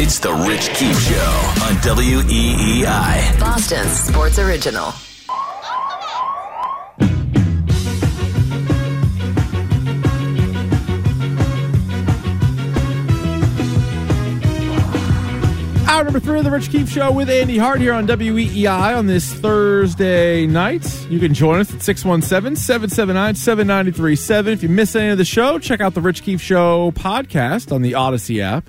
It's the Rich Keefe Show on E WEEI. Boston's sports original. Hour number three of the Rich Keefe Show with Andy Hart here on WEEI on this Thursday night. You can join us at 617 779 7937. If you miss any of the show, check out the Rich Keefe Show podcast on the Odyssey app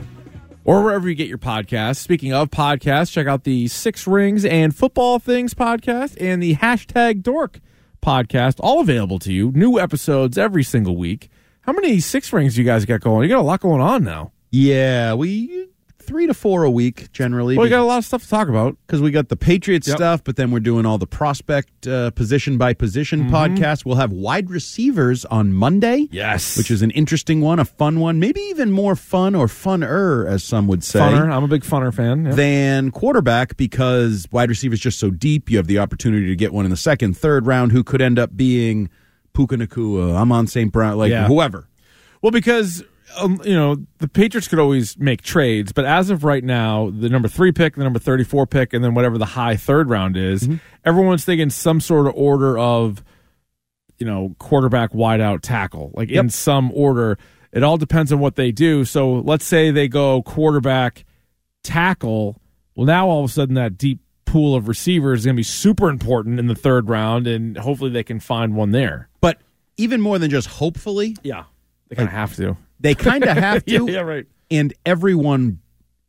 or wherever you get your podcasts. Speaking of podcasts, check out the Six Rings and Football Things podcast and the hashtag Dork podcast, all available to you. New episodes every single week. How many Six Rings you guys got going? You got a lot going on now. Yeah, we three to four a week generally. Well, you got a lot of stuff to talk about. because we got the Patriots Yep. stuff, but then we're doing all the prospect uh, position by position podcast. We'll have wide receivers on Monday, Mm-hmm. Yes. which is an interesting one, a fun one, maybe even more fun or funner, as some would say. Funner. I'm a big Funner fan. yeah. than quarterback because wide receiver is just so deep. You have the opportunity to get one in the second, third round who could end up being Puka Nakua, Amon St. Brown, like Yeah. whoever. well, because um, you know the Patriots could always make trades, but as of right now, the number three pick, the number thirty-four pick, and then whatever the high third round is, everyone's thinking some sort of order of you know quarterback, wideout, tackle, like in some order. It all depends on what they do. So let's say they go quarterback, tackle. Well, now all of a sudden that deep pool of receivers is going to be super important in the third round, and hopefully they can find one there. But even more than just hopefully, Yeah, they kind of have to. they kind of have to. yeah, right. and everyone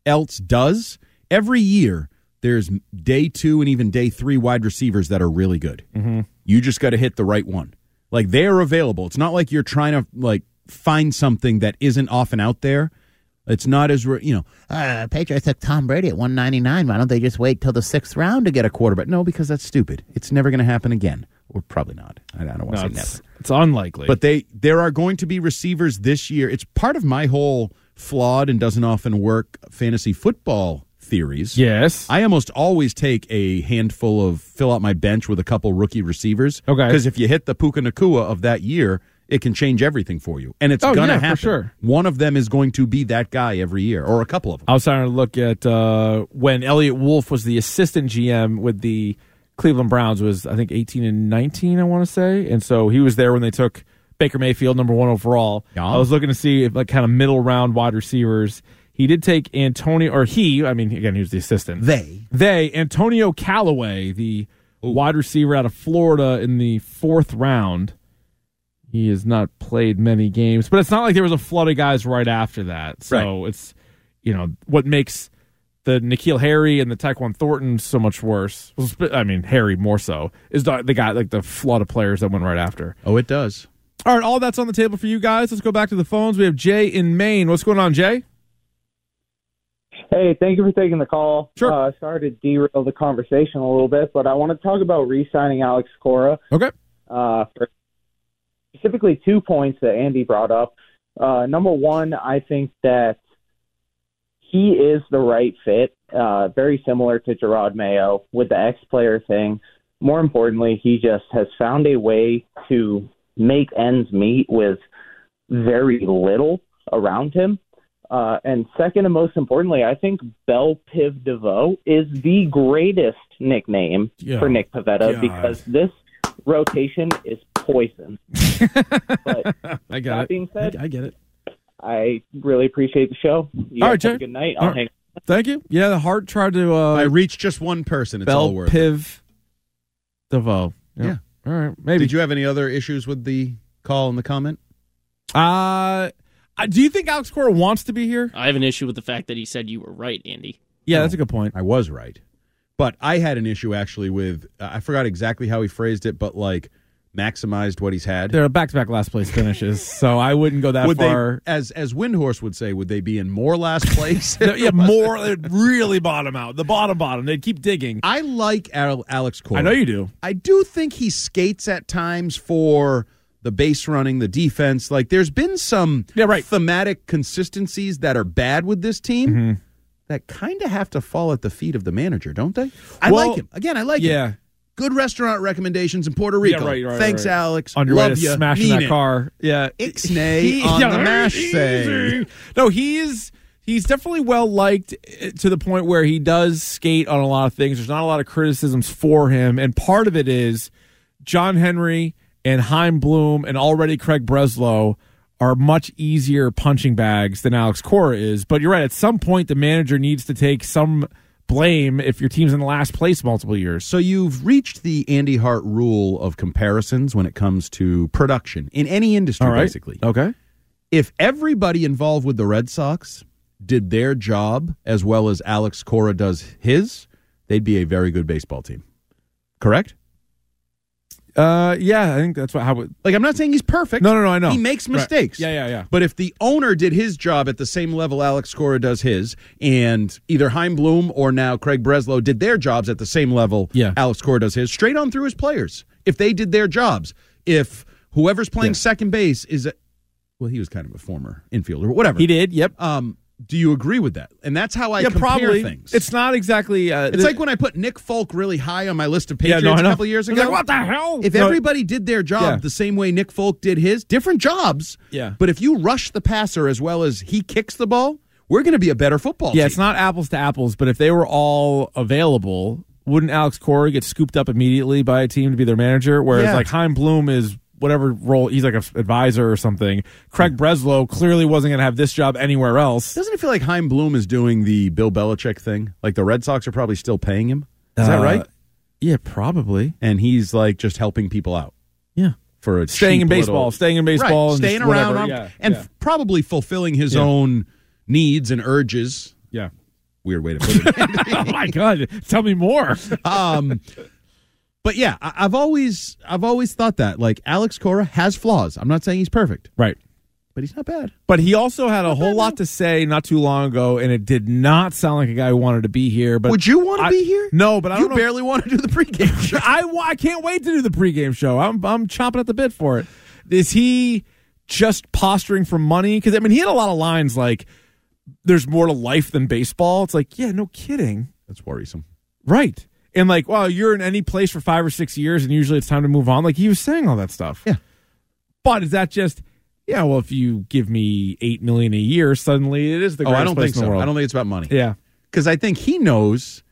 else does every year there's day two and even day three wide receivers that are really good mm-hmm. you just got to hit the right one like they're available it's not like you're trying to like find something that isn't often out there it's not as re- you know uh, patriots have tom brady at 199 why don't they just wait till the sixth round to get a quarterback no because that's stupid it's never going to happen again or probably not i I don't want No, to say never it's, it's unlikely. but they there are going to be receivers this year. It's part of my whole flawed and doesn't often work fantasy football theories. yes, I almost always take a handful of fill out my bench with a couple rookie receivers. Okay. Because if you hit the Puka Nakua of that year, it can change everything for you. And it's Oh, gonna yeah, for happen. sure. One of them is going to be that guy every year, or a couple of them. I was starting to look at uh, when Elliot Wolf was the assistant GM with the Cleveland Browns was I think 18 and 19 I want to say, and so he was there when they took Baker Mayfield number one overall. Yeah. I was looking to see if like kind of middle round wide receivers. He did take Antonio or he, I mean again he was the assistant. They They, Antonio Callaway, the wide receiver out of Florida in the fourth round. He has not played many games, but it's not like there was a flood of guys right after that. So it's, you know, what makes the Nikhil Harry and the Taekwon Thornton so much worse. well, sp- I mean, Harry more so is the, the guy like the flood of players that went right after. Oh it does. All right, all that's on the table for you guys. Let's go back to the phones. We have Jay in Maine. What's going on, Jay? Hey, thank you for taking the call. Sure. Uh, sorry to derail the conversation a little bit, but I want to talk about re-signing Alex Cora Okay. uh, for specifically two points that Andy brought up. Uh, number one, I think that he is the right fit, uh, very similar to Gerard Mayo with the ex player thing. More importantly, he just has found a way to make ends meet with very little around him. Uh, and second and most importantly, I think Bell Piv DeVoe is the greatest nickname Yeah. for Nick Pavetta God. because this rotation is poison. but I got that it. being said, I get it. I really appreciate the show. You All guys right, have Jay. a good night. All I'll right. hang Thank you. Yeah, the heart tried to uh, I reach just one person, it's Bell all worth it. Piv DeVoe. Yeah. All right. Maybe. Did you have any other issues with the call and the comment? uh, uh, do you think Alex Cora wants to be here? I have an issue with the fact that he said you were right, Andy. Yeah, that's a good point. I was right. But I had an issue actually with uh, I forgot exactly how he phrased it, but like maximized what he's had. They're back to back last place finishes, so I wouldn't go that would far. they, as as Windhorse would say, would they be in more last place? No, yeah, more. They'd really bottom out. The bottom, bottom. They'd keep digging. I like Al- Alex Cora. I know you do. I do think he skates at times for the base running, the defense. Like there's been some Yeah, right. thematic consistencies that are bad with this team. Mm-hmm. That kind of have to fall at the feet of the manager, don't they? I Well, like him. Again, I like him. Yeah. good restaurant recommendations in Puerto Rico. Yeah, right, right, Thanks, right. Alex. On your Love way to ya. smashing Mean that it. car. Yeah. Ixnay on the mash say. No, he is. he's definitely well liked eh, to the point where he does skate on a lot of things. There's not a lot of criticisms for him, and part of it is John Henry and Heim Bloom and already Craig Breslow are much easier punching bags than Alex Cora is. But you're right; at some point, the manager needs to take some blame if your team's in the last place multiple years. So you've reached the Andy Hart rule of comparisons when it comes to production in any industry, All right, basically. okay. If everybody involved with the Red Sox did their job as well as Alex Cora does his, they'd be a very good baseball team. Correct? Uh, yeah, I think that's what how. It, Like I'm not saying he's perfect. No, no, no, I know. He makes Right. mistakes. Yeah, yeah, yeah. But if the owner did his job at the same level Alex Cora does his, and either Heim Bloom or now Craig Breslow did their jobs at the same level Yeah. Alex Cora does his, straight on through his players. If they did their jobs, if whoever's playing second base is a well, he was kind of a former infielder, but whatever. he did. Yep. Um, do you agree with that? And that's how I yeah, compare probably. things. It's not exactly. Uh, it's like when I put Nick Folk really high on my list of Patriots I a know. couple years It's ago. like, what the hell? If No, everybody did their job Yeah. the same way Nick Folk did his, different jobs. Yeah. But if you rush the passer as well as he kicks the ball, we're going to be a better football Yeah, team. it's not apples to apples, but if they were all available, wouldn't Alex Cora get scooped up immediately by a team to be their manager? Whereas Yeah. like Heim Bloom is whatever role he's like an advisor or something. Craig Hmm. Breslow clearly wasn't going to have this job anywhere else. Doesn't it feel like Heim Bloom is doing the Bill Belichick thing? Like the Red Sox are probably still paying him. Is that Uh, right? Yeah, probably. And he's like just helping people out Yeah, for a staying in cheap baseball, little- staying in baseball, right, and staying just around whatever. on- yeah, and yeah. f- probably fulfilling his Yeah. own needs and urges. yeah. Weird way to put it. oh my god! Tell me more. um, but yeah, I, I've always I've always thought that like Alex Cora has flaws. I'm not saying he's perfect, right. but he's not bad. But he also had a whole lot to say not too long ago, and it did not sound like a guy who wanted to be here. But Would you want to I- be here? No, but I you don't know. if- barely want to do the pregame show. I, wa- I can't wait to do the pregame show. I'm I'm chomping at the bit for it. Is he just posturing for money? Because I mean, he had a lot of lines like, "There's more to life than baseball." It's like, yeah, no kidding, That's worrisome. right? And like, well, you're in any place for five or six years, and usually it's time to move on. Like he was saying all that stuff. Yeah. but is that just? Yeah, well, if you give me eight million a year, suddenly it is the Oh, greatest I don't place think in the so. world. I don't think it's about money yeah, because I think he knows.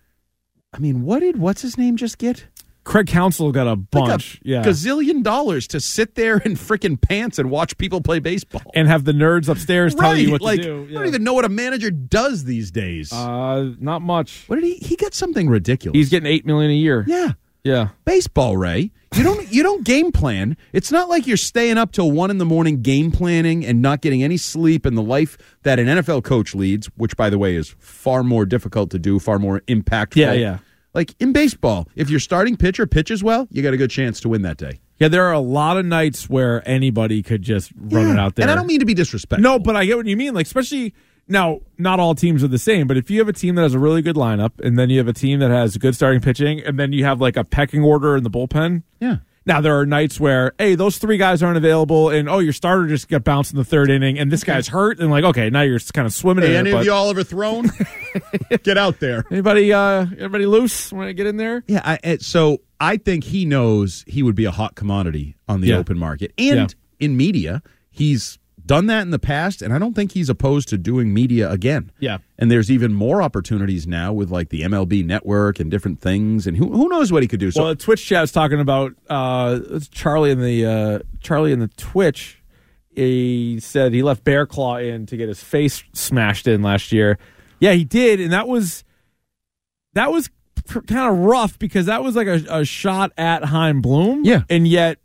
I mean, what did what's his name just get? Craig Council got a bunch. like a yeah, gazillion dollars to sit there in freaking pants and watch people play baseball. and have the nerds upstairs tell you what like to do. I Yeah. don't even know what a manager does these days. Uh, not much. what did he? He got something ridiculous. He's getting eight million a year. yeah. Yeah. baseball ray you don't you don't game plan it's not like you're staying up till one in the morning game planning and not getting any sleep and the life that an nfl coach leads which by the way is far more difficult to do far more impactful Yeah, yeah. like in baseball if your starting pitcher pitches well you got a good chance to win that day Yeah. There are a lot of nights where anybody could just run it Yeah. out there. and i don't mean to be disrespectful No, but I get what you mean. Like especially now, not all teams are the same. But if you have a team that has a really good lineup, and then you have a team that has good starting pitching, and then you have like a pecking order in the bullpen. yeah Now there are nights where hey, those three guys aren't available, and oh, your starter just got bounced in the third inning, and this guy's hurt, and like okay, now you're kind of swimming hey, in any it. of but- y'all ever thrown get out there Anybody, uh, anybody loose? Want to get in there? Yeah, I, and so I think he knows he would be a hot commodity on the Yeah. open market and in media. He's done that in the past, and I don't think he's opposed to doing media again. Yeah. and there's even more opportunities now with like the MLB Network and different things, and who who knows what he could do. So well, the Twitch chat is talking about uh, it's Charlie in the uh, Charlie in the Twitch. He said he left Bear Claw in to get his face smashed in last year. Yeah, he did, and that was that was kind of rough because that was like a, a shot at Heim Bloom. Yeah. and yet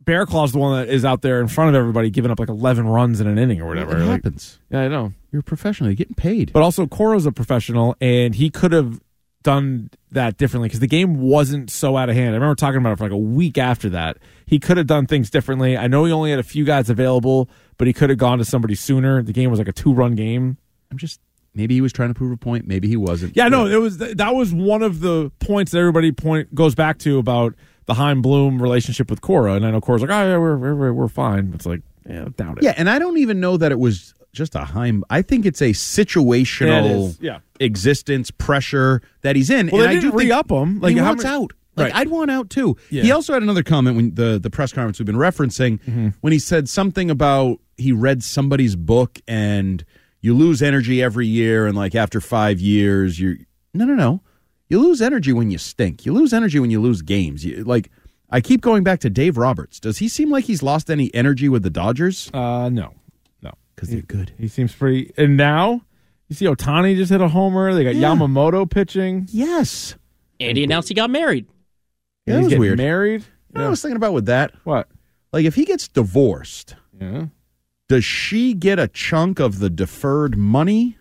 Bear Claw's the one that is out there in front of everybody, giving up like eleven runs in an inning or whatever. it Like, happens. yeah, I know. You're a professional. You're getting paid. But also, Coro's a professional, and he could have done that differently because the game wasn't so out of hand. I remember talking about it for like a week after that. He could have done things differently. I know he only had a few guys available, but he could have gone to somebody sooner. The game was like a two-run game. I'm just maybe he was trying to prove a point. Maybe he wasn't. Yeah, no, it was that was one of the points that everybody point goes back to about the Heim Bloom relationship with Cora. And I know Cora's like, oh yeah, we're we're, we're fine. It's like, yeah, I doubt it. Yeah, and I don't even know that it was just a Heim. I think it's a Yeah, it situational is. Yeah. existence pressure that he's in. Well, and they I do didn't think re-up him. Like, Mm-hmm. he how wants many- out. Like Right. I'd want out too. Yeah. He also had another comment when the the press conference Mm-hmm. we've been referencing when he said something about he read somebody's book and you lose energy every year, and like after five years, you're no, no, no. You lose energy when you stink. You lose energy when you lose games. You, like I keep going back to Dave Roberts. Does he seem like he's lost any energy with the Dodgers? Uh, no, no. Because they're good. He seems pretty. And now you see Otani just hit a homer. They got Yeah. Yamamoto pitching. Yes. Andy announced he got married. Yeah, He's that was getting weird. Married. You know what I was thinking about with that. What? Like if he gets divorced, Yeah. does she get a chunk of the deferred money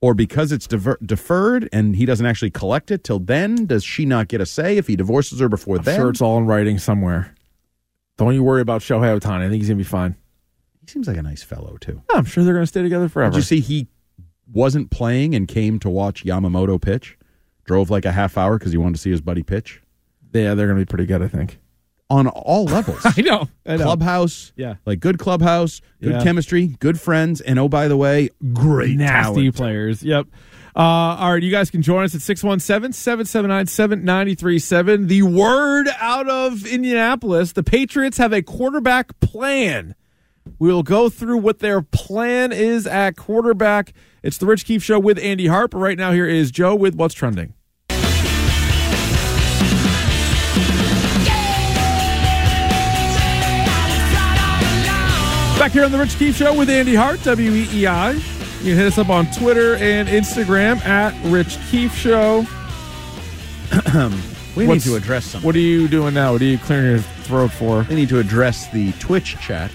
or because it's dever- deferred and he doesn't actually collect it till then does she not get a say if he divorces her before I'm then sure it's all in writing somewhere. Don't you worry about Shohei Otani. I think he's gonna be fine. he seems like a nice fellow too Yeah, I'm sure they're gonna stay together did forever. you see he wasn't playing and came to watch yamamoto pitch drove like a half hour because he wanted to see his buddy pitch yeah, they're gonna be pretty good. I think. on all levels know. I know. clubhouse Yeah. like good clubhouse good Yeah. chemistry good friends and oh by the way great nasty talent. players. Yep. Uh, all right, you guys can join us at 617-779-7937. The word out of Indianapolis, the Patriots have a quarterback plan. We'll go through what their plan is at quarterback. It's the Rich Keefe Show with Andy Harp. Right now here is Joe with What's Trending. Back here on the Rich Keefe Show with Andy Hart, WEEI. E You can hit us up on Twitter and Instagram at Rich Keefe Show. we What's- need to address something What are you doing now? What are you clearing your throat for? we need to address the twitch chat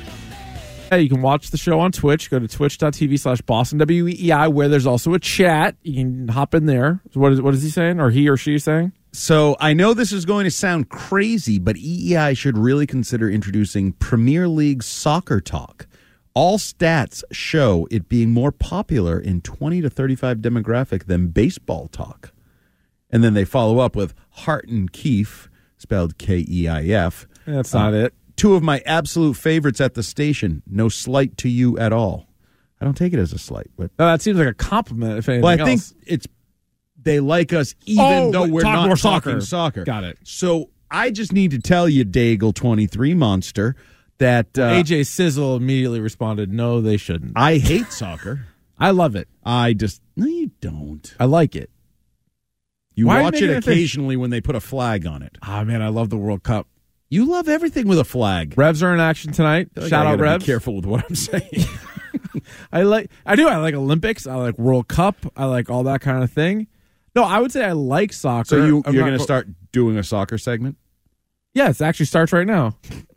Hey, you can watch the show on Twitch. Go to twitch.tv slash Boston WEEI, where there's also a chat. You can hop in there. So What is, what is he saying? Or he or she saying? So I know this is going to sound crazy, but EEI should really consider introducing Premier League soccer talk. All stats show it being more popular in 20 to 35 demographic than baseball talk. And then they follow up with Hart and Keefe, spelled K E I F. That's not it. Two of my absolute favorites at the station. No slight to you at all. I don't take it as a slight, but No, that seems like a compliment, if anything well, I think else. it's they like us even Oh, though we're talk not more soccer. talking soccer. Got it. So I just need to tell you, Daigle twenty three monster, that uh, AJ Sizzle immediately responded, no, they shouldn't. I hate soccer. I love it. I just no, you don't. I like it. You Why are you watch it making a thing? occasionally when they put a flag on it. Ah, man, I love the World Cup. You love everything with a flag. Revs are in action tonight. I feel like Shout I out gotta be Revs. careful with what I'm saying. I like I do I like Olympics, I like World Cup, I like all that kind of thing. No, I would say I like soccer. so you I'm you're not- going to start doing a soccer segment? Yes, it actually starts right now.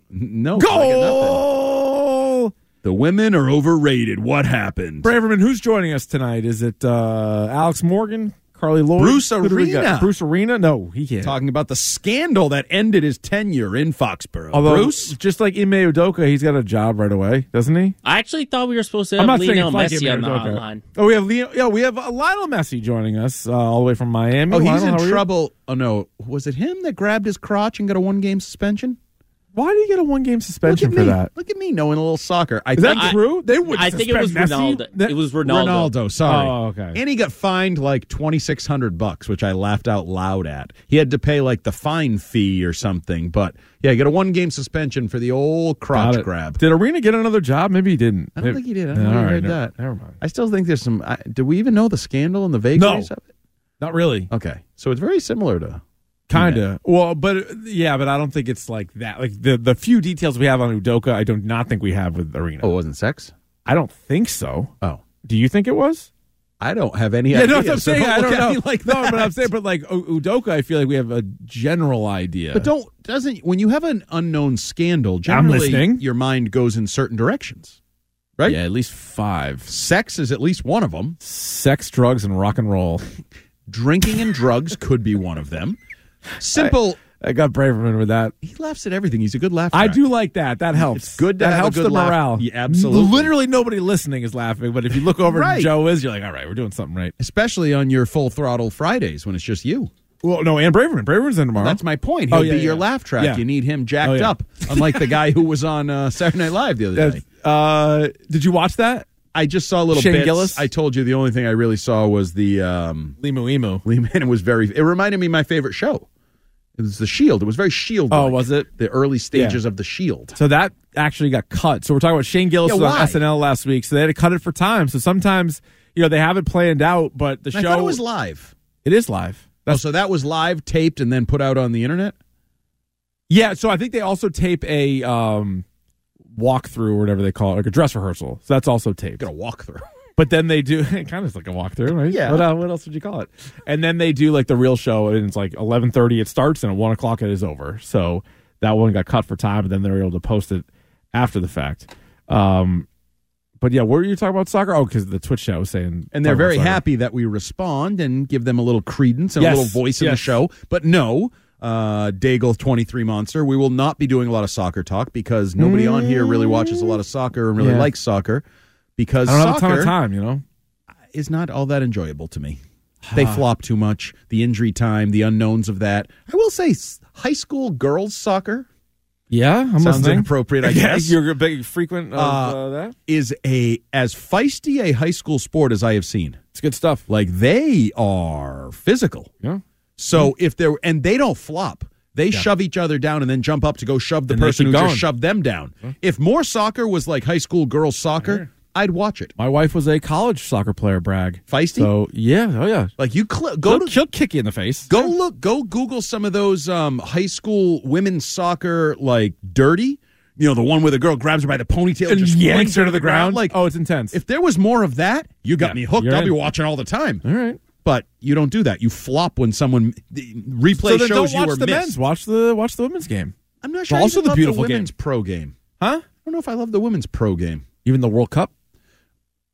No. I got nothing. Goal! The women are overrated. What happened? Braverman, who's joining us tonight? Is it uh, Alex Morgan, Carly Lloyd? Bruce Who do we got? Arena. Bruce Arena? No, he can't. Talking about the scandal that ended his tenure in Foxborough. Although, Bruce, just like Ime Udoka, he's got a job right away, doesn't he? I actually thought we were supposed to I'm have not saying Uh, Lionel it's like Messi Ime on the Udoka. hotline. Oh, we have Leo. Yeah, we have uh, Lionel Messi joining us uh, all the way from Miami. Oh, he's Lionel, in how are you? trouble. Oh no, was it him that grabbed his crotch and got a one-game suspension? Why do you get a one-game Look suspension at for me. that? Look at me knowing a little soccer. I Is that think it- true? They would. I think it was suspend Ronaldo. Messi? That- it was Ronaldo. Ronaldo. Sorry. Oh, okay. And he got fined like twenty six hundred bucks, which I laughed out loud at. He had to pay like the fine fee or something. But yeah, he got a one-game suspension for the old Got crotch it. grab. Did Arena get another job? Maybe he didn't. I don't think he did. I All don't think right, he heard never- that. Never mind. I still think there's some. I, do we even know the scandal and the vagaries No. of it? Not really. Okay, so it's very similar to Kinda. Well, but uh, yeah, but I don't think it's like that. Like the the few details we have on Udoka, I do not think we have with Arena. Oh, it wasn't sex. I don't think so. Oh, Do you think it was? I don't have any. Yeah, idea, no, that's what I'm so saying. I look don't at me know. Like no, but I'm that. saying, but like U- Udoka, I feel like we have a general idea. But don't doesn't when you have an unknown scandal, generally listening. your mind goes in certain directions. Right? yeah, at least five Sex is at least one of them. sex, drugs, and rock and roll. Drinking and drugs could be one of them. Simple. I got Braverman with that. he laughs at everything. He's a good laugh. I track. do like that. That helps. It's good to that have a helps good the laugh. morale. Yeah, absolutely. Literally nobody listening is laughing, but if you look over Right. and Joe is, you're like, all right, we're doing something right. especially on your full throttle Fridays when it's just you. Well, no, and Braverman. Braverman's in tomorrow. That's my point. Oh, He'll yeah, be your yeah. laugh track. Yeah. You need him jacked Oh, yeah. up, unlike the guy who was on uh, Saturday Night Live the other That's, day. uh, did you watch that? I just saw a little Shane bits. Gillis? I told you the only thing I really saw was the um, Limu Emu. Lee Manning was very. It reminded me of my favorite show. It It was the Shield. It was very Shield. Oh, was it? the early stages of the Shield? So that actually got cut. So we're talking about Shane Gillis Yeah, was why? on SNL last week. So they had to cut it for time. So sometimes, you know, they have it planned out, but the And I show thought it was live. it is live. Oh, That's, so that was live, taped, and then put out on the internet. yeah. So I think they also tape a um, walkthrough or whatever they call it, like a dress rehearsal. So that's also taped. Got a walkthrough. But then they do it kind of is like a walkthrough, right? Yeah. What, uh, what else would you call it? And then they do like the real show, and it's like eleven thirty it starts, and at one o'clock it is over. So that one got cut for time, and then they were able to post it after the fact. Um, but yeah, what were you talking about soccer? Oh, because the Twitch chat was saying, And talking they're about very soccer. happy that we respond and give them a little credence and Yes, a little voice in the yes. show. But no, uh, Daigle 23 Monster, we will not be doing a lot of soccer talk because nobody on here really watches a lot of soccer and really Yeah. likes soccer because I don't have a ton soccer of time, you know. is not all that enjoyable to me. They flop too much, the injury time, the unknowns of that. I will say s- high school girls soccer Yeah, I'm sounds inappropriate, I guess. you're a big frequent of Uh, uh, that. is a as feisty a high school sport as I have seen. It's good stuff. Like they are physical. Yeah. Hmm. So if they're and they don't flop, they shove each other down and then jump up to go shove the And they person who keep going. just shoved them down. If more soccer was like high school girls soccer, I'd watch it. My wife was a college soccer player, brag. Feisty? So yeah, oh yeah. Like you cl- go she'll, to she'll kick you in the face. go look go Google some of those um, high school women's soccer like dirty. You know the one where the girl grabs her by the ponytail and, just flings her to the ground. Like oh, it's intense. if there was more of that, you got Yeah, me hooked. you're I'll be in. watching all the time. All right. But you don't do that. You flop when someone the replay then don't shows you watch were the missed. men's. Watch the watch the women's game, I'm not sure. But I also even the love beautiful game. women's pro game. huh? I don't know if I love the women's pro game. Even the World Cup.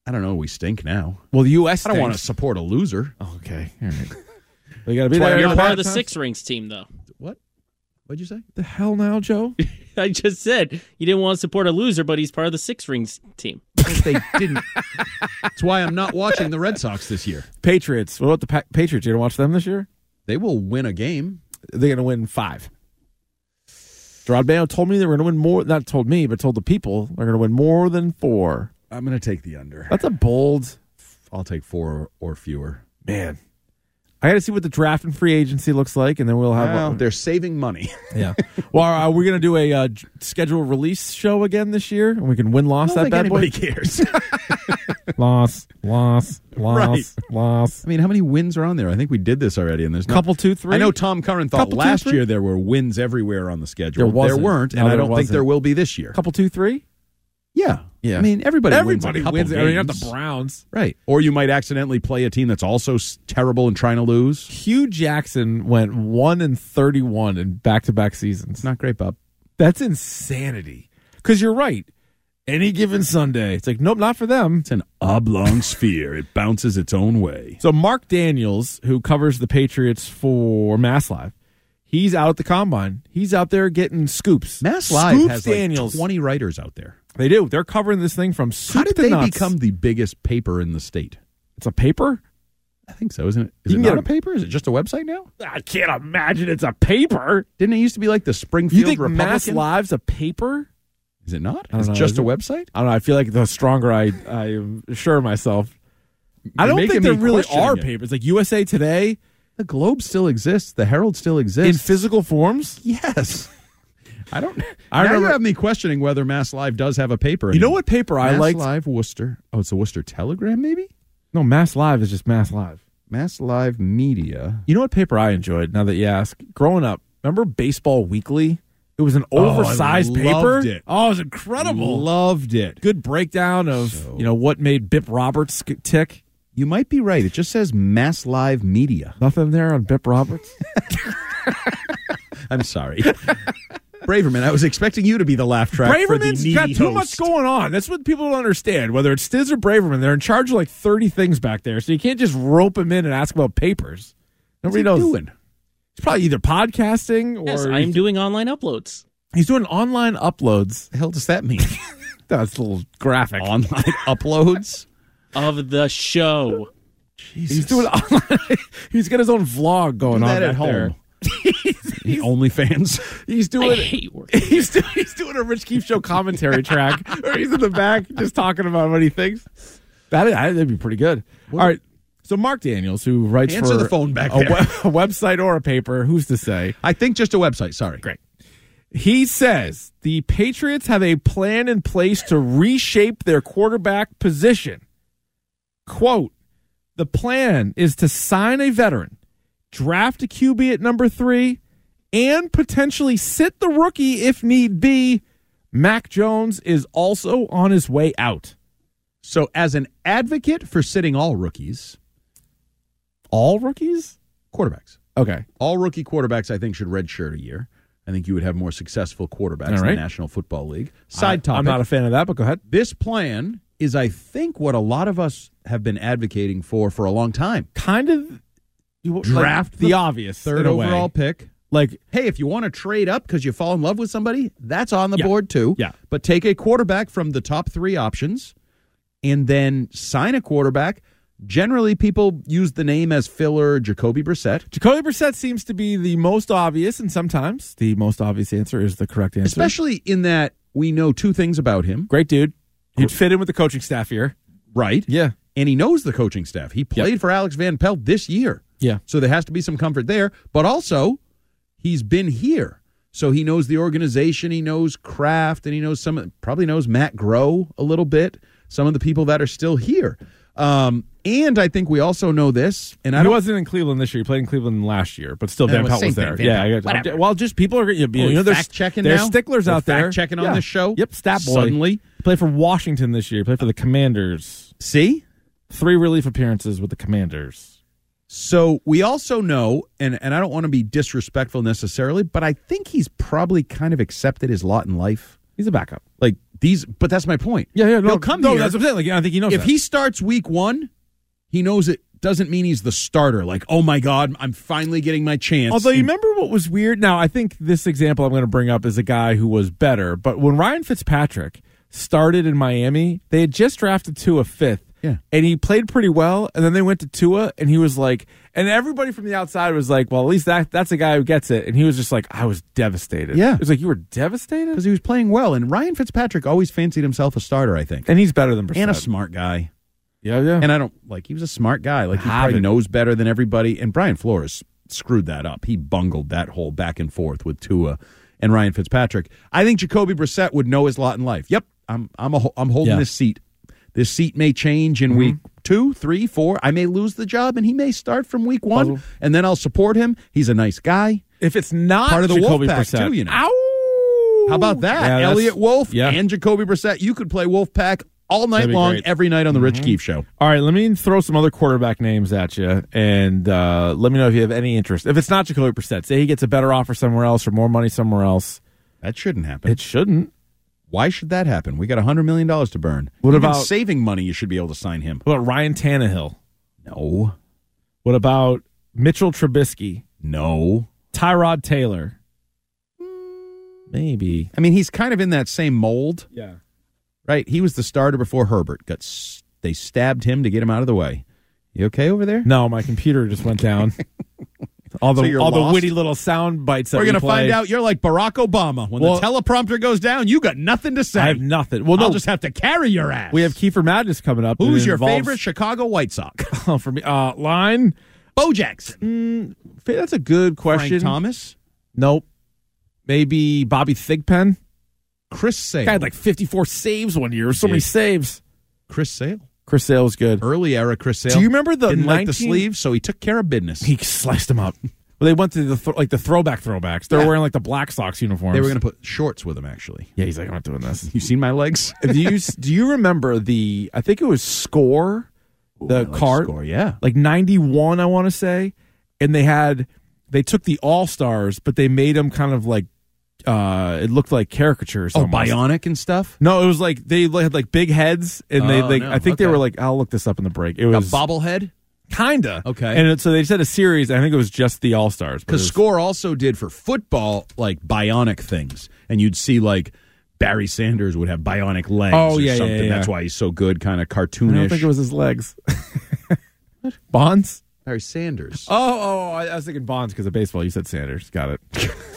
I don't know. We stink now. Well, the U.S. I don't want to stinks. support a loser. Oh, okay, all right. Well, you gotta be That's why there. I'm You're not part of the Huh? Six Rings team, though. What? What'd you say? The hell now, Joe. I just said you didn't want to support a loser, but he's part of the Six Rings team. they didn't. That's why I'm not watching the Red Sox this year. Patriots. What about the pa- Patriots? You gonna watch them this year? They will win a game. They're gonna win five. Gerard Mayo told me they were gonna win more. Not told me, but told the people they're gonna win more than four. I'm going to take the under. That's a bold I'll take four or fewer. man. I gotta see what the draft and free agency looks like, and then we'll have. Well, they're saving money. Yeah. Well, are we going to do a uh, j- schedule release show again this year? And we can win loss that bad boy? anybody cares. Loss, loss, loss, Right. loss. I mean, how many wins are on there? I think we did this already, and there's not- Couple, two, three. I know Tom Curran thought Couple, two, last three? year there were wins everywhere on the schedule. There wasn't. weren't, No, and I there don't think wasn't. there will be this year. Couple, two, three. Yeah, Yeah. I mean, everybody. Everybody wins. A wins. couple I mean, you have games. the Browns. Right. Or you might accidentally play a team that's also s- terrible and trying to lose. Hugh Jackson went one and thirty-one in back-to-back seasons. Not great, Bob. That's insanity. Because you're right. Any given Sunday, it's like nope, not for them. It's an oblong sphere. It bounces its own way. So Mark Daniels, who covers the Patriots for Mass Live, he's out at the combine. He's out there getting scoops. Mass Live scoops has Daniels. like 20 writers out there. They do. They're covering this thing from soup How did to they nuts. become the biggest paper in the state? It's a paper. I think so, isn't it? Is You it can not get a a- paper? Is it just a website now? I can't imagine it's a paper. Didn't it used to be like the Springfield You think Republican? Mass Live's a paper? Is it not? don't It's know. just Is a it? website? I don't know. I feel like the stronger I, I assure myself, I You're don't making think there me really questioning are it. papers. Like USA Today The Globe still exists. The Herald still in exists. physical forms. yes. I don't. I I now remember- you have me questioning whether Mass Live does have a paper. You know anymore. what paper I Mass liked? Live Worcester. Oh, it's a Worcester Telegram, maybe? No, Mass Live is just Mass Live. Mass Live Media. You know what paper I enjoyed? Now that you ask, growing up, remember Baseball Weekly? It was an Oh, I oversized paper. loved it. Oh, it was incredible. Loved it. Good breakdown of you know what made Bip Roberts tick. You might be right. It just says Mass Live Media. Nothing there on Bip Roberts. I'm sorry. Braverman, I was expecting you to be the laugh track. for the Braverman's needy got too much host. going on. That's what people don't understand. Whether it's Stiz or Braverman, they're in charge of like 30 things back there. So you can't just rope them in and ask about papers. What's he Nobody knows. doing? He's probably either podcasting or Yes, I'm doing online uploads. he's doing online uploads. The hell does that mean? That's a little graphic. Online uploads? of the show. Jesus. He's doing online. he's got his own vlog going Do on that at back there. home. The OnlyFans. He's I doing hate work. he's doing he's doing a Rich Keefe show commentary track, or he's in the back just talking about what he thinks. That I, that'd be pretty good. All right, So Mark Daniels, who writes Answer for the phone back a, there. we- a website or a paper, who's to say? I think just a website. Sorry. Great. He says the Patriots have a plan in place to reshape their quarterback position. Quote The plan is to sign a veteran, draft a QB at number three, and potentially sit the rookie if need be. Mac Jones is also on his way out. So, as an advocate for sitting all rookies, All rookies? quarterbacks, Okay. all rookie quarterbacks, I think should redshirt a year. I think you would have more successful quarterbacks All in the right. National Football League. Side I, topic. I'm not a fan of that, but go ahead. this plan is, I think, what a lot of us have been advocating for for a long time. Kind of you- Draft like the, the obvious Third in a way. overall pick. Like Hey, if you want to trade up because you fall in love with somebody, that's on the Yeah. board too. Yeah. But take a quarterback from the top three options and then sign a quarterback. Generally, people use the name as filler Jacoby Brissett. Jacoby Brissett seems to be the most obvious, and sometimes the most obvious answer is the correct answer. especially in that we know two things about him, Great dude. He'd fit in with the coaching staff here. right? Yeah. And he knows the coaching staff. He played for Alex Van Pelt this year. Yeah. So there has to be some comfort there, but also he's been here. So he knows the organization, he knows Kraft, and he knows some probably knows Matt Groh a little bit, some of the people that are still here. Um, and I think we also know this, and I he don't wasn't in Cleveland this year. He played in Cleveland last year, but still, Yeah, Van well, Pelt same was thing, there. Van yeah. Pelt, I got- whatever. Well, just people are you Are we know there's fact-checking there's now? sticklers We're out there fact-checking on Yeah. this show? Yep, stat boy. Suddenly? He played for Washington this year. He played for the Commanders. see. Three relief appearances with the Commanders. So we also know, and, and I don't want to be disrespectful necessarily, but I think he's probably kind of accepted his lot in life. He's a backup. Like these, but that's my point. Yeah, yeah. No, He'll come no, here. That's what I'm saying. Like, I think he knows if that. he starts week one, he knows it doesn't mean he's the starter. Like, oh my God, I'm finally getting my chance. Although you And- remember what was weird? Now, I think this example I'm going to bring up is a guy who was better, but when Ryan Fitzpatrick started in Miami, they had just drafted Tua fifth. Yeah. And he played pretty well, and then they went to Tua, and he was like, and everybody from the outside was like, well, at least that that's a guy who gets it. And he was just like, I was devastated. Yeah. It was like, you were devastated? because he was playing well, and Ryan Fitzpatrick always fancied himself a starter, I think, And he's better than and a Brissett. smart guy. yeah, yeah. And I don't like he was a smart guy. Like he probably Haven't. knows better than everybody. And Brian Flores screwed that up. He bungled that whole back and forth with Tua and Ryan Fitzpatrick. I think Jacoby Brissett would know his lot in life. Yep, I'm I'm a, ho- I'm holding Yeah. Mm-hmm. this seat. This seat may change in week two, three, four. I may lose the job, and he may start from week one, Puzzle. and then I'll support him. He's a nice guy. if it's not Part of the Jacoby Wolfpack, Brissett, too, you know. Ow! How about that, Yeah, Elliot that's- Wolf yeah. and Jacoby Brissett? You could play Wolfpack all night That'd be long, great. Mm-hmm. every night on the Rich Keefe Show. All right, let me throw some other quarterback names at you, and uh, let me know if you have any interest. If it's not Jacoby Brissett, say he gets a better offer somewhere else or more money somewhere else. That shouldn't happen. It shouldn't. Why should that happen? We got $100 million to burn. What Even about- saving money? You should be able to sign him. What about Ryan Tannehill? No, What about Mitchell Trubisky? no. Tyrod Taylor? Maybe. I mean, he's kind of in that same mold, Yeah. right? He was the starter before Herbert. Got s- They stabbed him to get him out of the way. You okay over there? No, my computer just went down. all the So you're all the lost? witty little sound bites. That We're we going to play. find out you're like Barack Obama. When Well- the teleprompter goes down, you got nothing to say. I have nothing. Well, no, I'll just have to carry your ass. we have Kiefer Madness coming up. and Who's it your involves- favorite Chicago White Sox? for me? Uh, line. Bo Jackson. That's a good Frank question. Thomas. Nope. Maybe Bobby Thigpen. Chris Sale. Guy had like 54 saves one year. So many did. saves. Chris Sale. Chris Sale was good. Early era Chris Sale. Do you remember the Didn't like the 19 sleeves, so he took care of business. He sliced them up. well, they went to the th- like the throwback throwbacks. They're Yeah. wearing like the Black Sox uniforms. They were going to put shorts with him, actually. Yeah, he's like, I'm not doing this. You seen my legs? do you do you remember the? I think it was Score, the card, Score, yeah. like 91, I want to say, and they had they took the All Stars, but they made them kind of like uh it looked like caricatures. Oh, almost. bionic and stuff? No, it was like they had like big heads, and they Oh, like no. I think they Okay. were like I'll look this up in the break. It A was bobblehead? kinda Okay. and it, so they said a series. I think it was just the All Stars Because Score also did for football, like bionic things. And you'd see, like, Barry Sanders would have bionic legs Oh, or yeah, yeah, something. yeah. That's why he's so good, kind of I cartoonish. don't think it was his legs. Bonds. Barry Sanders. Oh, oh, I, I was thinking Bonds because of baseball. You said Sanders. Got it.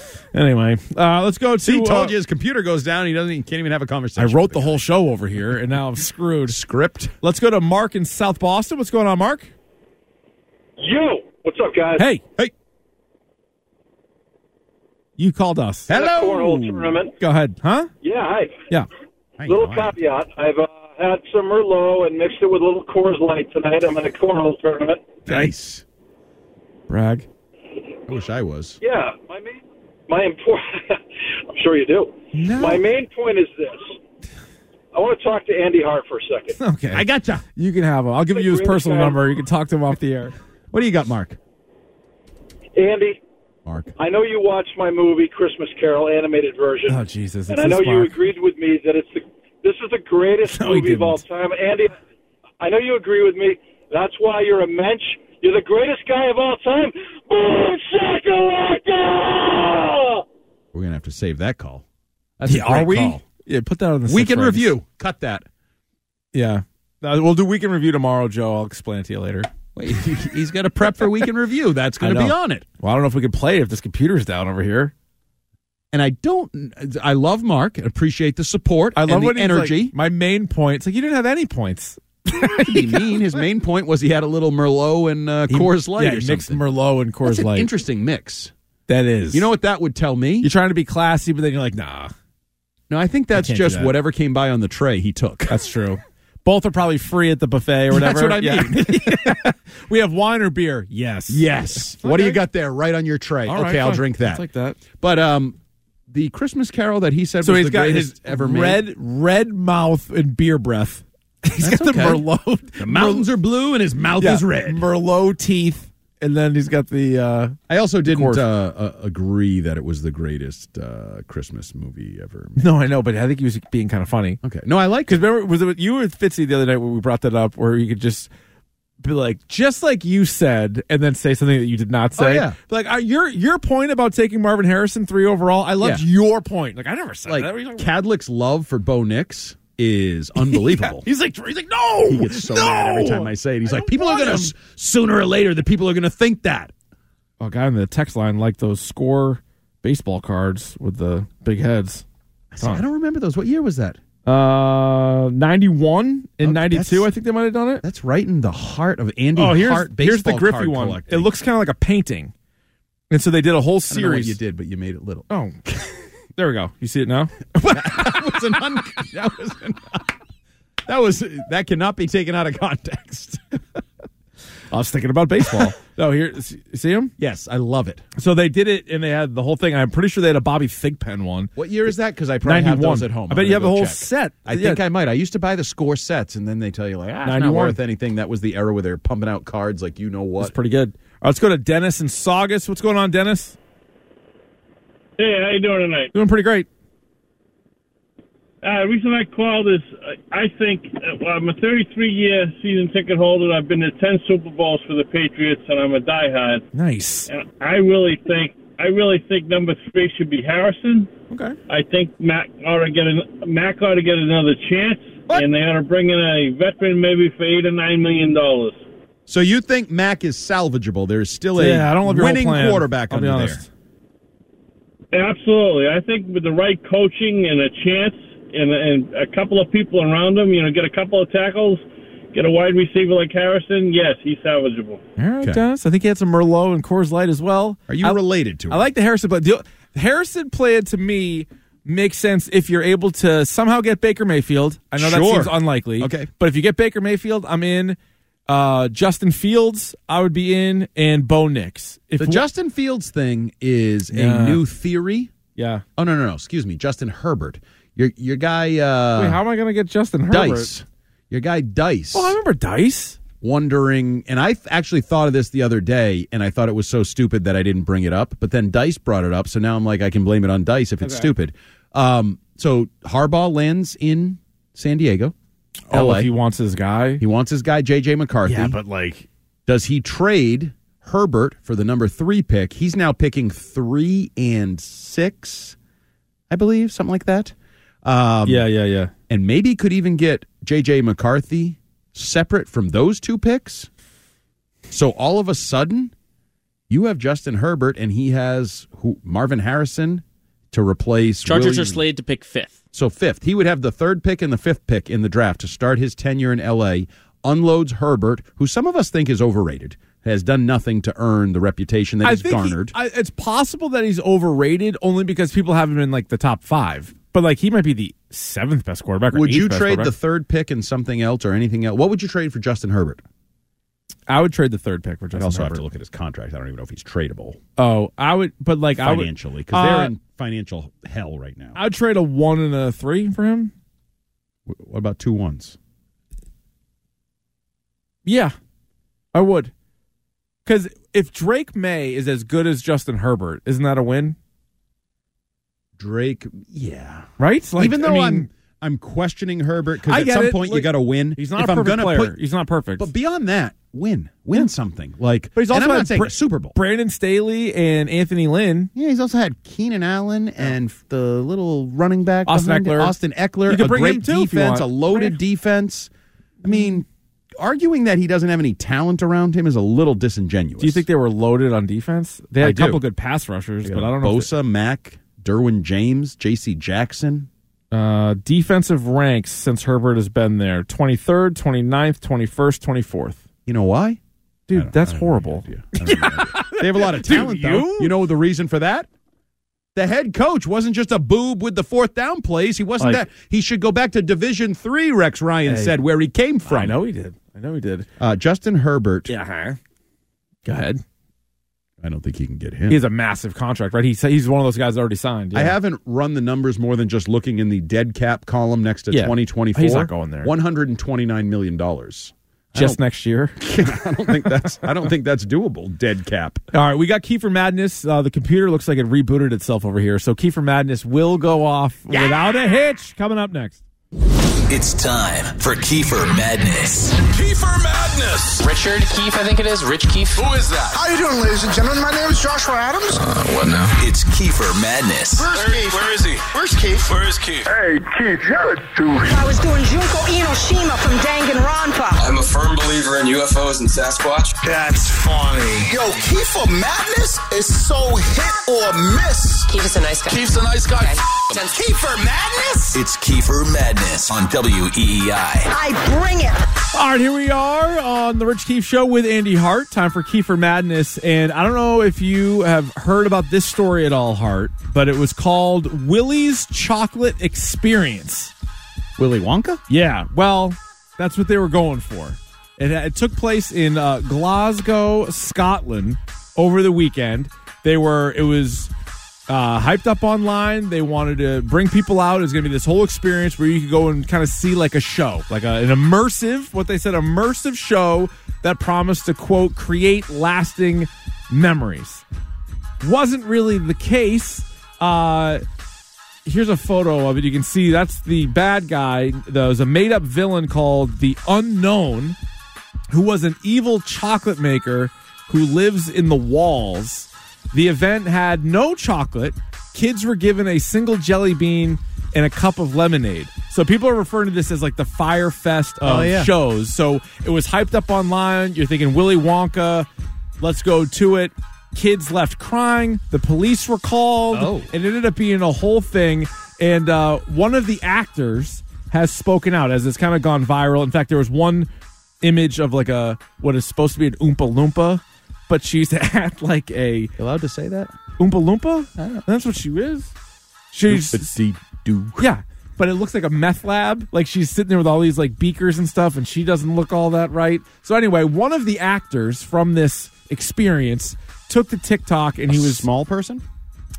anyway, uh, let's go to. See, he told uh, you his computer goes down. He doesn't. He can't even have a I conversation. wrote the whole show over here, and now I'm screwed. script. Let's go to Mark in South Boston. What's going on, Mark? Yo, what's up, guys? Hey, hey. You called us. Hello. That cornhole tournament. Go ahead. Huh? Yeah, hi. Yeah. Little caveat: I've uh, had some Merlot and mixed it with a little Coors Light tonight. I'm in a cornhole tournament. Nice. Brag. I wish I was. Yeah, my main, my important. I'm sure you do. No. My main point is this: I want to talk to Andy Hart for a second. Okay. I gotcha. you can have him. I'll give you his Great personal guy. number. You can talk to him off the air. What do you got, Mark? Andy, Mark. I know you watched my movie Christmas Carol animated version, Oh Jesus! and It's I know this you Mark. agreed with me that it's the this is the greatest No, he movie of all time. Andy, I know you agree with me. That's why you're a mensch. You're the greatest guy of all time. Boom shakalaka! We're gonna have to save that call. That's Yeah, are we? Yeah, put that on the We six can rings. review. Cut that. Yeah, Uh, we'll do weekend review tomorrow, Joe. I'll explain it to you later. Wait, he's got to prep for weekend review. That's going I to be know. on it. Well, I don't know if we can play it if this computer's down over here. And I don't. I love Mark. and Appreciate the support. I love and the what he's energy. like, my main points. Like you didn't have any points. To be mean, his main point was he had a little Merlot and uh, Coors Light yeah, or mixed something. Merlot and That's Coors an Light. interesting mix. that is. You know what that would tell me? You're trying to be classy, but then you're like, nah, No, I think that's can't do just that. whatever came by on the tray he took. that's true. Both are probably free at the buffet or whatever. That's what I Yeah. mean. we have wine or beer. Yes. yes. What do you got there? Right on your tray. All okay, right, I'll fine. drink that. It's like that. But um, the Christmas Carol that he said So was he's the got greatest his ever made. red red mouth and beer breath. He's got the okay. Merlot. The mountains are blue and his mouth yeah, is red. Merlot teeth, and then he's got the. uh I also course. didn't uh, uh, agree that it was the greatest uh, Christmas movie ever. Made. No, I know, but I think he was being kind of funny. Okay, no, I like Because it. remember, was it you were with Fitzy the other night when we brought that up, where you could just be like, just like you said, and then say something that you did not say. Oh, yeah. Be Like uh, your your point about taking Marvin Harrison three overall, I loved Yeah. your point. Like I never said Like that. What are you talking about? Cadlick's love for Bo Nix is unbelievable. He's like he's like no. He gets so mad every time I say it. He's like, people are gonna s- sooner or later. The people are gonna think that. Oh, a guy on the text line like those score baseball cards with the big heads. I, said, I don't remember those. What year was that? Uh, ninety one and Oh, ninety two. that's- I think they might have done it. That's right in the heart of Andy Oh, here's Hart baseball here's the Griffey card one. collecting. It looks kind of like a painting, and so they did a whole I don't know what series. you did, but you made it little. Oh, there we go. You see it now? that was an un- that was an- that was that cannot be taken out of context. I was thinking about baseball. no, here, s- see him? yes, I love it. So they did it, and they had the whole thing. I'm pretty sure they had a Bobby Thigpen one. What year is that? Because I probably have 91. those at home. I bet I'm you gonna have a go whole check. set. I Yeah. think I might. I used to buy the score sets, and then they tell you like, ah, it's not 91. worth anything. That was the era where they're pumping out cards like you know That's what. pretty good. All right, let's go to Dennis and Saugus. What's going on, Dennis? Hey, how you doing tonight? Doing pretty great. Uh, the reason I called is I, I think uh, well, I'm a 33 year season ticket holder. I've been to 10 Super Bowls for the Patriots, and I'm a diehard. Nice. And I really think I really think number three should be Harrison. Okay. I think Mac ought to get an, Mac ought to get another chance, and they ought to bring in a veteran maybe for eight or nine million dollars. So you think Mac is salvageable? There is still a Yeah, I don't love your whole winning plan. quarterback I'll under be there. honest. Absolutely, I think with the right coaching and a chance and and a couple of people around him, you know, get a couple of tackles, get a wide receiver like Harrison. Yes, he's salvageable. All right, Okay. Dennis. I think he had some Merlot and Coors Light as well. Are you I, related to him? I like the Harrison plan. The Harrison plan to me makes sense if you're able to somehow get Baker Mayfield. I know that Sure. seems unlikely. Okay. But if you get Baker Mayfield, I'm in. Uh, Justin Fields, I would be in, and Bo Nix. If the one- Justin Fields thing is Yeah. a new theory. yeah. Oh no no no! Excuse me, Justin Herbert. Your your guy uh, Wait, how am I going to get Justin Herbert? Dice. Your guy Dice. Oh, I remember Dice. wondering, and I th- actually thought of this the other day, and I thought it was so stupid that I didn't bring it up. But then Dice brought it up, so now I'm like, I can blame it on Dice if it's stupid. Um, so Harbaugh lands in San Diego, Oh, LA. if he He-, wants his guy. wants his guy JJ McCarthy. like, Does he trade Herbert for the number three pick? He's now picking three and six, I believe, something like that. Um, yeah, yeah, yeah. and maybe could even get JJ McCarthy separate from those two picks. So all of a sudden, you have Justin Herbert and he has who, Marvin Harrison to replace Chargers William- are slated to pick fifth. So fifth, he would have the third pick and the fifth pick in the draft to start his tenure in LA. Unloads Herbert, who some of us think is overrated. has done nothing to earn the reputation that I he's think he- garnered. I, it's possible that he's overrated only because people have him in like the top five. But like he might be the seventh best quarterback. Or would you eighth best trade the quarterback. third pick and something else or anything else? What would you trade for Justin Herbert? I would trade the third pick for I Justin also have Herbert. to look at his contract. I don't even know if he's tradable Oh, I would, but like I would, financially because they're uh, in financial hell right now. I'd trade a one and a three for him. Wh- what about two ones? Yeah, I would. Because if Drake May is as good as Justin Herbert, isn't that a win? Drake, yeah. Right? Like, even though I I am I'm questioning Herbert I because at get some it. point you Like, got to win. he's not if a I'm perfect gonna player. put- he's not perfect. but beyond that, win, win something. Like, But he's and also I'm had not saying Bra- a Super Bowl. Brandon Staley and Anthony Lynn. Yeah, he's also had Keenan Allen and f- the little running back Austin behind him, Eckler. Austin Eckler, You could a bring great him too if you defense, a want. Mm-hmm. loaded defense. I mean, arguing that he doesn't have any talent around him is a little disingenuous. Do you think they were loaded on defense? They had I a couple do. good pass rushers, They but got I don't know. if Bosa, Mack, Derwin James, J.C. Jackson. Uh, defensive ranks since Herbert has been there 23rd, 29th, 21st, 24th. You know why? Dude, that's horrible. They have a lot of talent, though. you? You know the reason for that? The head coach wasn't just a boob with the fourth down plays. He wasn't Like- that. He should go back to Division Three. Rex Ryan said where he came from. I know he did. I know he did. Uh, Justin Herbert. Yeah. Go ahead. I don't think he can get him. He has a massive contract, right? He's he's one of those guys that already signed. I yeah. haven't run the numbers more than just looking in the dead cap column next to Yeah. 2024. He's not going there. 129 million dollars. just next year. I don't think that's I don't think that's doable. Dead cap. All right, we got Kiefer Madness. Uh, the computer looks like it rebooted itself over here, so Kiefer Madness will go off without a hitch. Coming up next. It's time for Kiefer Madness. Kiefer Madness. Richard Keefe, I think it is. Rich Keefe. Who is that? How you doing, ladies and gentlemen? My name is Joshua Adams. Uh, What now? It's Kiefer Madness. Where's Keith? where is he? Where's Keith? Where is Keith? Hey, Keith, you're a douche. I was doing Junko Inoshima from Danganronpa. I'm a firm believer in UFOs and Sasquatch. That's funny. Yo, Kiefer Madness is so hit or miss. Keith is a nice guy. Keith's a nice guy. F- Okay. him. Kiefer Madness? It's Kiefer Madness on E WEEI. I bring it. All right, here we are on the Rich Keefe Show with Andy Hart. Time for Kiefer Madness, and I don't know if you have heard about this story at all, Hart, but it was called Willie's Chocolate Experience. Willy Wonka. Yeah, well, that's what they were going for. It, it took place in uh, Glasgow, Scotland, over the weekend. They were it was uh, hyped up online. They wanted to bring people out. It was going to be this whole experience where you could go and kind of see like a show, like a, an immersive, what they said, immersive show that promised to quote create lasting memories. Wasn't really the case. Uh, here's a photo of it. You can see that's the bad guy. There's a made up villain called the Unknown, who was an evil chocolate maker who lives in the walls. The event had no chocolate. Kids were given a single jelly bean and a cup of lemonade. So people are referring to this as like the fire fest of Oh, yeah. shows. So it was hyped up online. You're thinking Willy Wonka, let's go to it. Kids left crying. The police were called. Oh. It ended up being a whole thing. And uh, one of the actors has spoken out as it's kind of gone viral. In fact, there was one image of like a what is supposed to be an Oompa Loompa, but she's act like a allowed to say that? Oompa Loompa. That's what she is. She's do. yeah, but it looks like a meth lab. Like she's sitting there with all these like beakers and stuff, and she doesn't look all that right. So anyway, one of the actors from this experience took the TikTok and he He was was small person.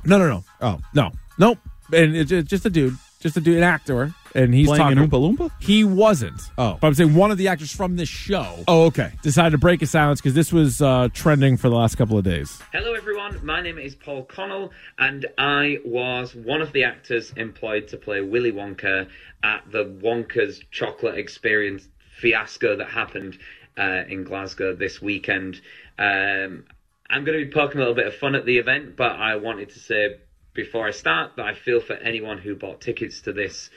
no, no, no. Oh. no, nope. And it's ju- just a dude, just a dude, an actor, and he's Playing an talking. Oompa Loompa? He wasn't. Oh. but I'm saying one of the actors from this show Oh, okay. decided to break his silence because this was uh, trending for the last couple of days. Hello, everyone. My name is Paul Connell, and I was one of the actors employed to play Willy Wonka at the Wonka's Chocolate Experience fiasco that happened uh, in Glasgow this weekend. Um, I'm going to be poking a little bit of fun at the event, but I wanted to say before I start that I feel for anyone who bought tickets to this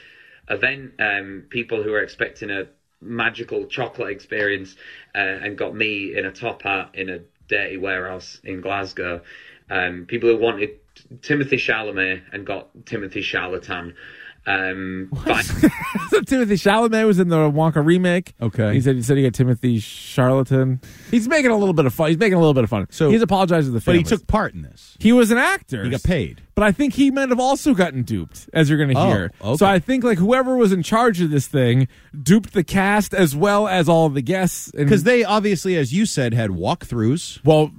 event, um, people who are expecting a magical chocolate experience uh, and got me in a top hat in a dirty warehouse in Glasgow. Um, people who wanted Timothy Chalamet and got Timothy Charlatan. Um, but so Timothy Chalamet was in the Wonka remake. Okay. He said he said he got Timothy Charlatan. He's making a little bit of fun. He's making a little bit of fun. So he's apologized to the But he families. took part in this. He was an actor. He got paid. But I think he might have also gotten duped, as you're going to Oh, hear. okay. So I think like whoever was in charge of this thing duped the cast as well as all the guests. Because they obviously, as you said, had walkthroughs. Well,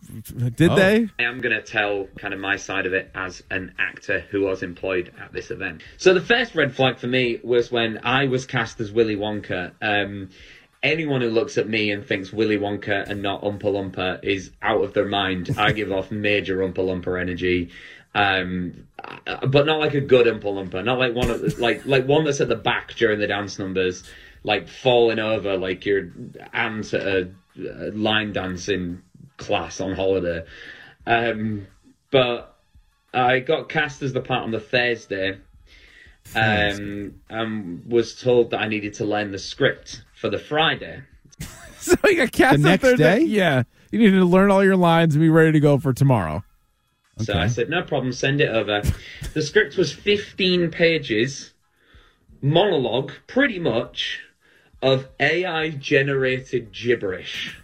did Oh. they? I am going to tell kind of my side of it as an actor who was employed at this event. So the first red flag for me was when I was cast as Willy Wonka. Um, anyone who looks at me and thinks Willy Wonka and not Oompa Loompa is out of their mind. I give off major Oompa Loompa energy. Um, uh, but not like a good Oompa Loompa, not like one of the, like like one that's at the back during the dance numbers, like falling over like your aunt at a a uh, line dancing class on holiday. Um, but I got cast as the part on the Thursday, um, and was told that I needed to learn the script for the Friday. so he got cast The on next Thursday? day? Yeah. You needed to learn all your lines and be ready to go for tomorrow. So I said, no problem, send it over. the script was 15 pages, monologue, pretty much, of AI generated gibberish.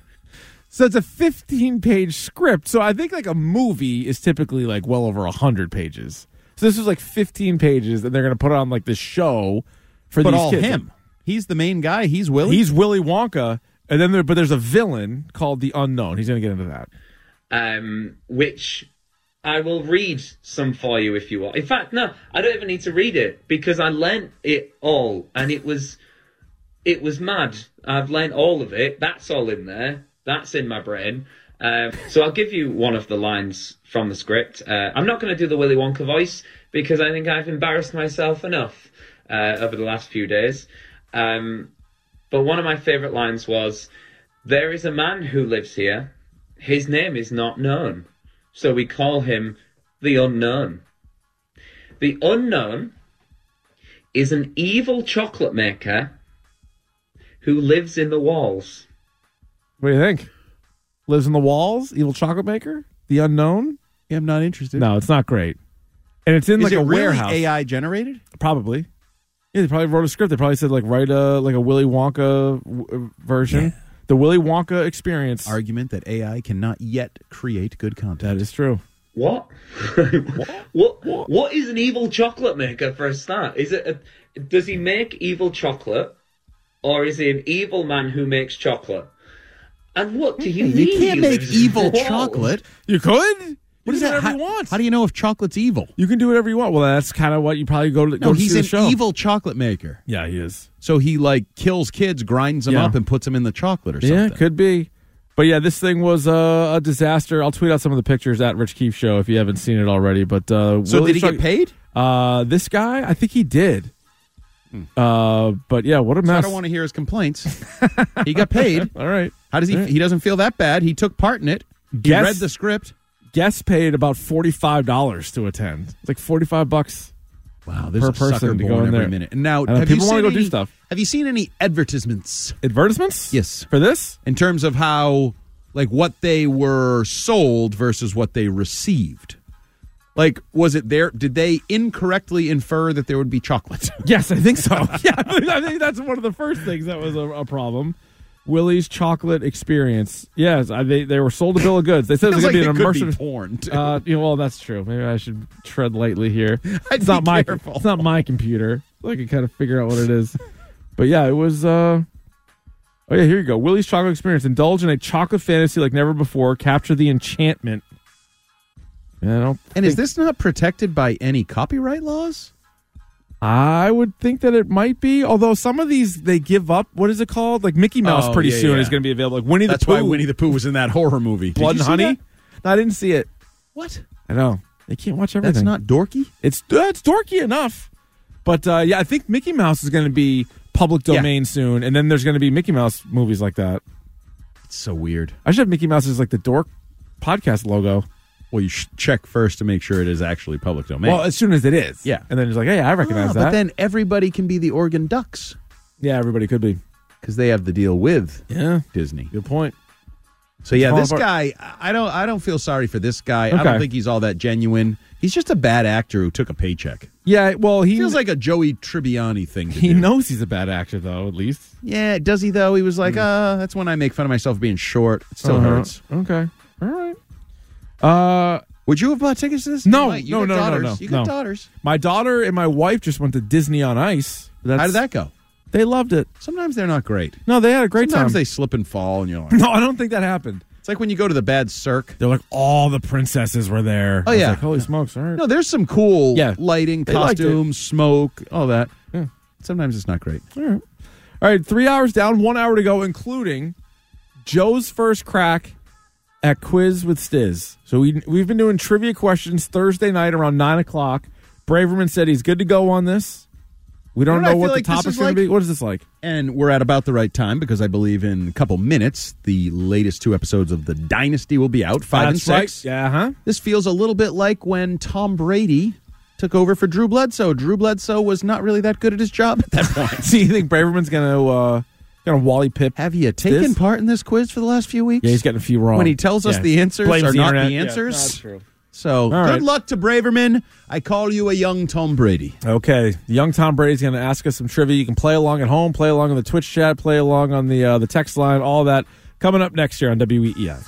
So it's a 15 page script. So I think like a movie is typically like well over 100 pages. So this was like 15 pages and they're going to put on like this show for But these all kids. him. He's the main guy. He's Willy. He's Willy Wonka. And then there, but there's a villain called the Unknown. He's going to get into that. um, which I will read some for you if you want. In fact, no, I don't even need to read it because I learnt it all, and it was it was mad. I've learnt all of it. That's all in there. That's in my brain. Um, so I'll give you one of the lines from the script. Uh, I'm not going to do the Willy Wonka voice because I think I've embarrassed myself enough uh, over the last few days. Um, but one of my favourite lines was, "There is a man who lives here." his name is not known, so we call him the unknown. The unknown is an evil chocolate maker who lives in the walls. What do you think? Lives in the walls? Evil chocolate maker? The Unknown? Yeah, I'm not interested. No, it's not great. And it's in Is like it a really warehouse. AI generated? Probably. Yeah, they probably wrote a script. They probably said like write a like a Willy Wonka w- uh, version, the Willy Wonka experience. Argument that AI cannot yet create good content. That is true. What? what? What? What is an evil chocolate maker for a start? Is it a, does he make evil chocolate, or is he an evil man who makes chocolate? And what do you mean? You can't he make lives in evil walls? chocolate. You could. What is that? How, how do you know if chocolate's evil? You can do whatever you want. Well, that's kind of what you probably go to. No, go to he's see an the show. evil chocolate maker. Yeah, he is. So he like kills kids, grinds them Yeah. up, and puts them in the chocolate or something. Yeah, could be. But yeah, this thing was uh, a disaster. I'll tweet out some of the pictures at Rich Keefe Show if you haven't seen it already. But uh, So Willie did he get Chuck- paid? Uh, this guy, I think he did. Uh, but yeah, what a Hmm. So I mess. don't want to hear his complaints. he got paid. All right. How does he? All right. He doesn't feel that bad. He took part in it. He Guess- read the script. guests paid about forty five dollars to attend. It's like forty five bucks. Wow, there's per a sucker person to go born in every there. minute. And now, I know, have people you wanna seen go do any- stuff. Have you seen any advertisements Advertisements? Yes. For this? in terms of how, like, what they were sold versus what they received? Like, was it there? Did they incorrectly infer that there would be chocolate? Yes, I think so. yeah, I think that's one of the first things that was a, a problem. Willie's chocolate experience. Yes, I, they they were sold a bill of goods. They said it was Feels going to like be an they could be immersive porn, too. Uh, you know, well, that's true. Maybe I should tread lightly here. I'd it's not be my careful. it's not my computer. So I can kind of figure out what it is. but yeah, it was. uh Oh yeah, here you go. Willie's chocolate experience. Indulge in a chocolate fantasy like never before. Capture the enchantment. Yeah, I don't and is think- this not protected by any copyright laws? I would think that it might be, although some of these they give up. What is it called? Like Mickey Mouse, Oh, pretty yeah, soon yeah. is going to be available. Like Winnie That's the Pooh, why Winnie the Pooh was in that horror movie. Blood and Honey. No, I didn't see it. What? I know they can't watch everything. That's not dorky. It's that's dorky enough, but uh, yeah, I think Mickey Mouse is going to be public Yeah. domain soon, and then there's going to be Mickey Mouse movies like that. It's so weird. I should have Mickey Mouse as like the dork podcast logo. Well, you should check first to make sure it is actually public domain. Well, as soon as it is, Yeah. and then it's like, hey, I recognize Ah, that. But then everybody can be the Oregon Ducks yeah, everybody could be. because they have the deal with Yeah, Disney. good point. So yeah, Falling this apart. guy, I don't, I don't feel sorry for this guy. I Okay. don't think he's all that genuine. He's just a bad actor who took a paycheck. Yeah, well, he feels like a Joey Tribbiani thing. To He do. knows he's a bad actor, though. At least Yeah, does he though? He was like, uh, that's when I make fun of myself for being short. It still Uh-huh. hurts. Okay, all right. Uh, would you have bought tickets to this? No, You might. You no, got no, daughters. no, no, You got no. daughters. My daughter and my wife just went to Disney on Ice. That's, How did that go? They loved it. Sometimes they're not great. No, they had a great Sometimes time. they slip and fall, and you're like, no, I don't think that happened. It's like when you go to the bad circ. They're like, all the princesses were there. Oh, I was yeah. like, holy smokes! All right. No, there's some cool Yeah. lighting, They liked it. costumes, smoke, all that. Yeah. Sometimes it's not great. All right. All right, three hours down, one hour to go, including Joe's first crack at Quiz with Stiz. So we, we've been doing trivia questions Thursday night around 9 o'clock. Braverman said he's good to go on this. We don't You know what I know what feel the like this topic's is going like? to be. What is this like? And we're at about the right time because I believe in a couple minutes, the latest two episodes of The Dynasty will be out, five That's and right. six. Yeah, huh? This feels a little bit like when Tom Brady took over for Drew Bledsoe. Drew Bledsoe was not really that good at his job at that point. So you think Braverman's going to uh, going to Wally Pip? Have you taken This? part in this quiz for the last few weeks? Yeah, he's getting a few wrong. When he tells us Yeah. the answers Blames are the not internet. the Yeah, answers. that's true. So good right. luck to Braverman. I call you a young Tom Brady. Okay, young Tom Brady's going to ask us some trivia. You can play along at home, play along on the Twitch chat, play along on the uh, the text line, all that coming up next year on WEEI.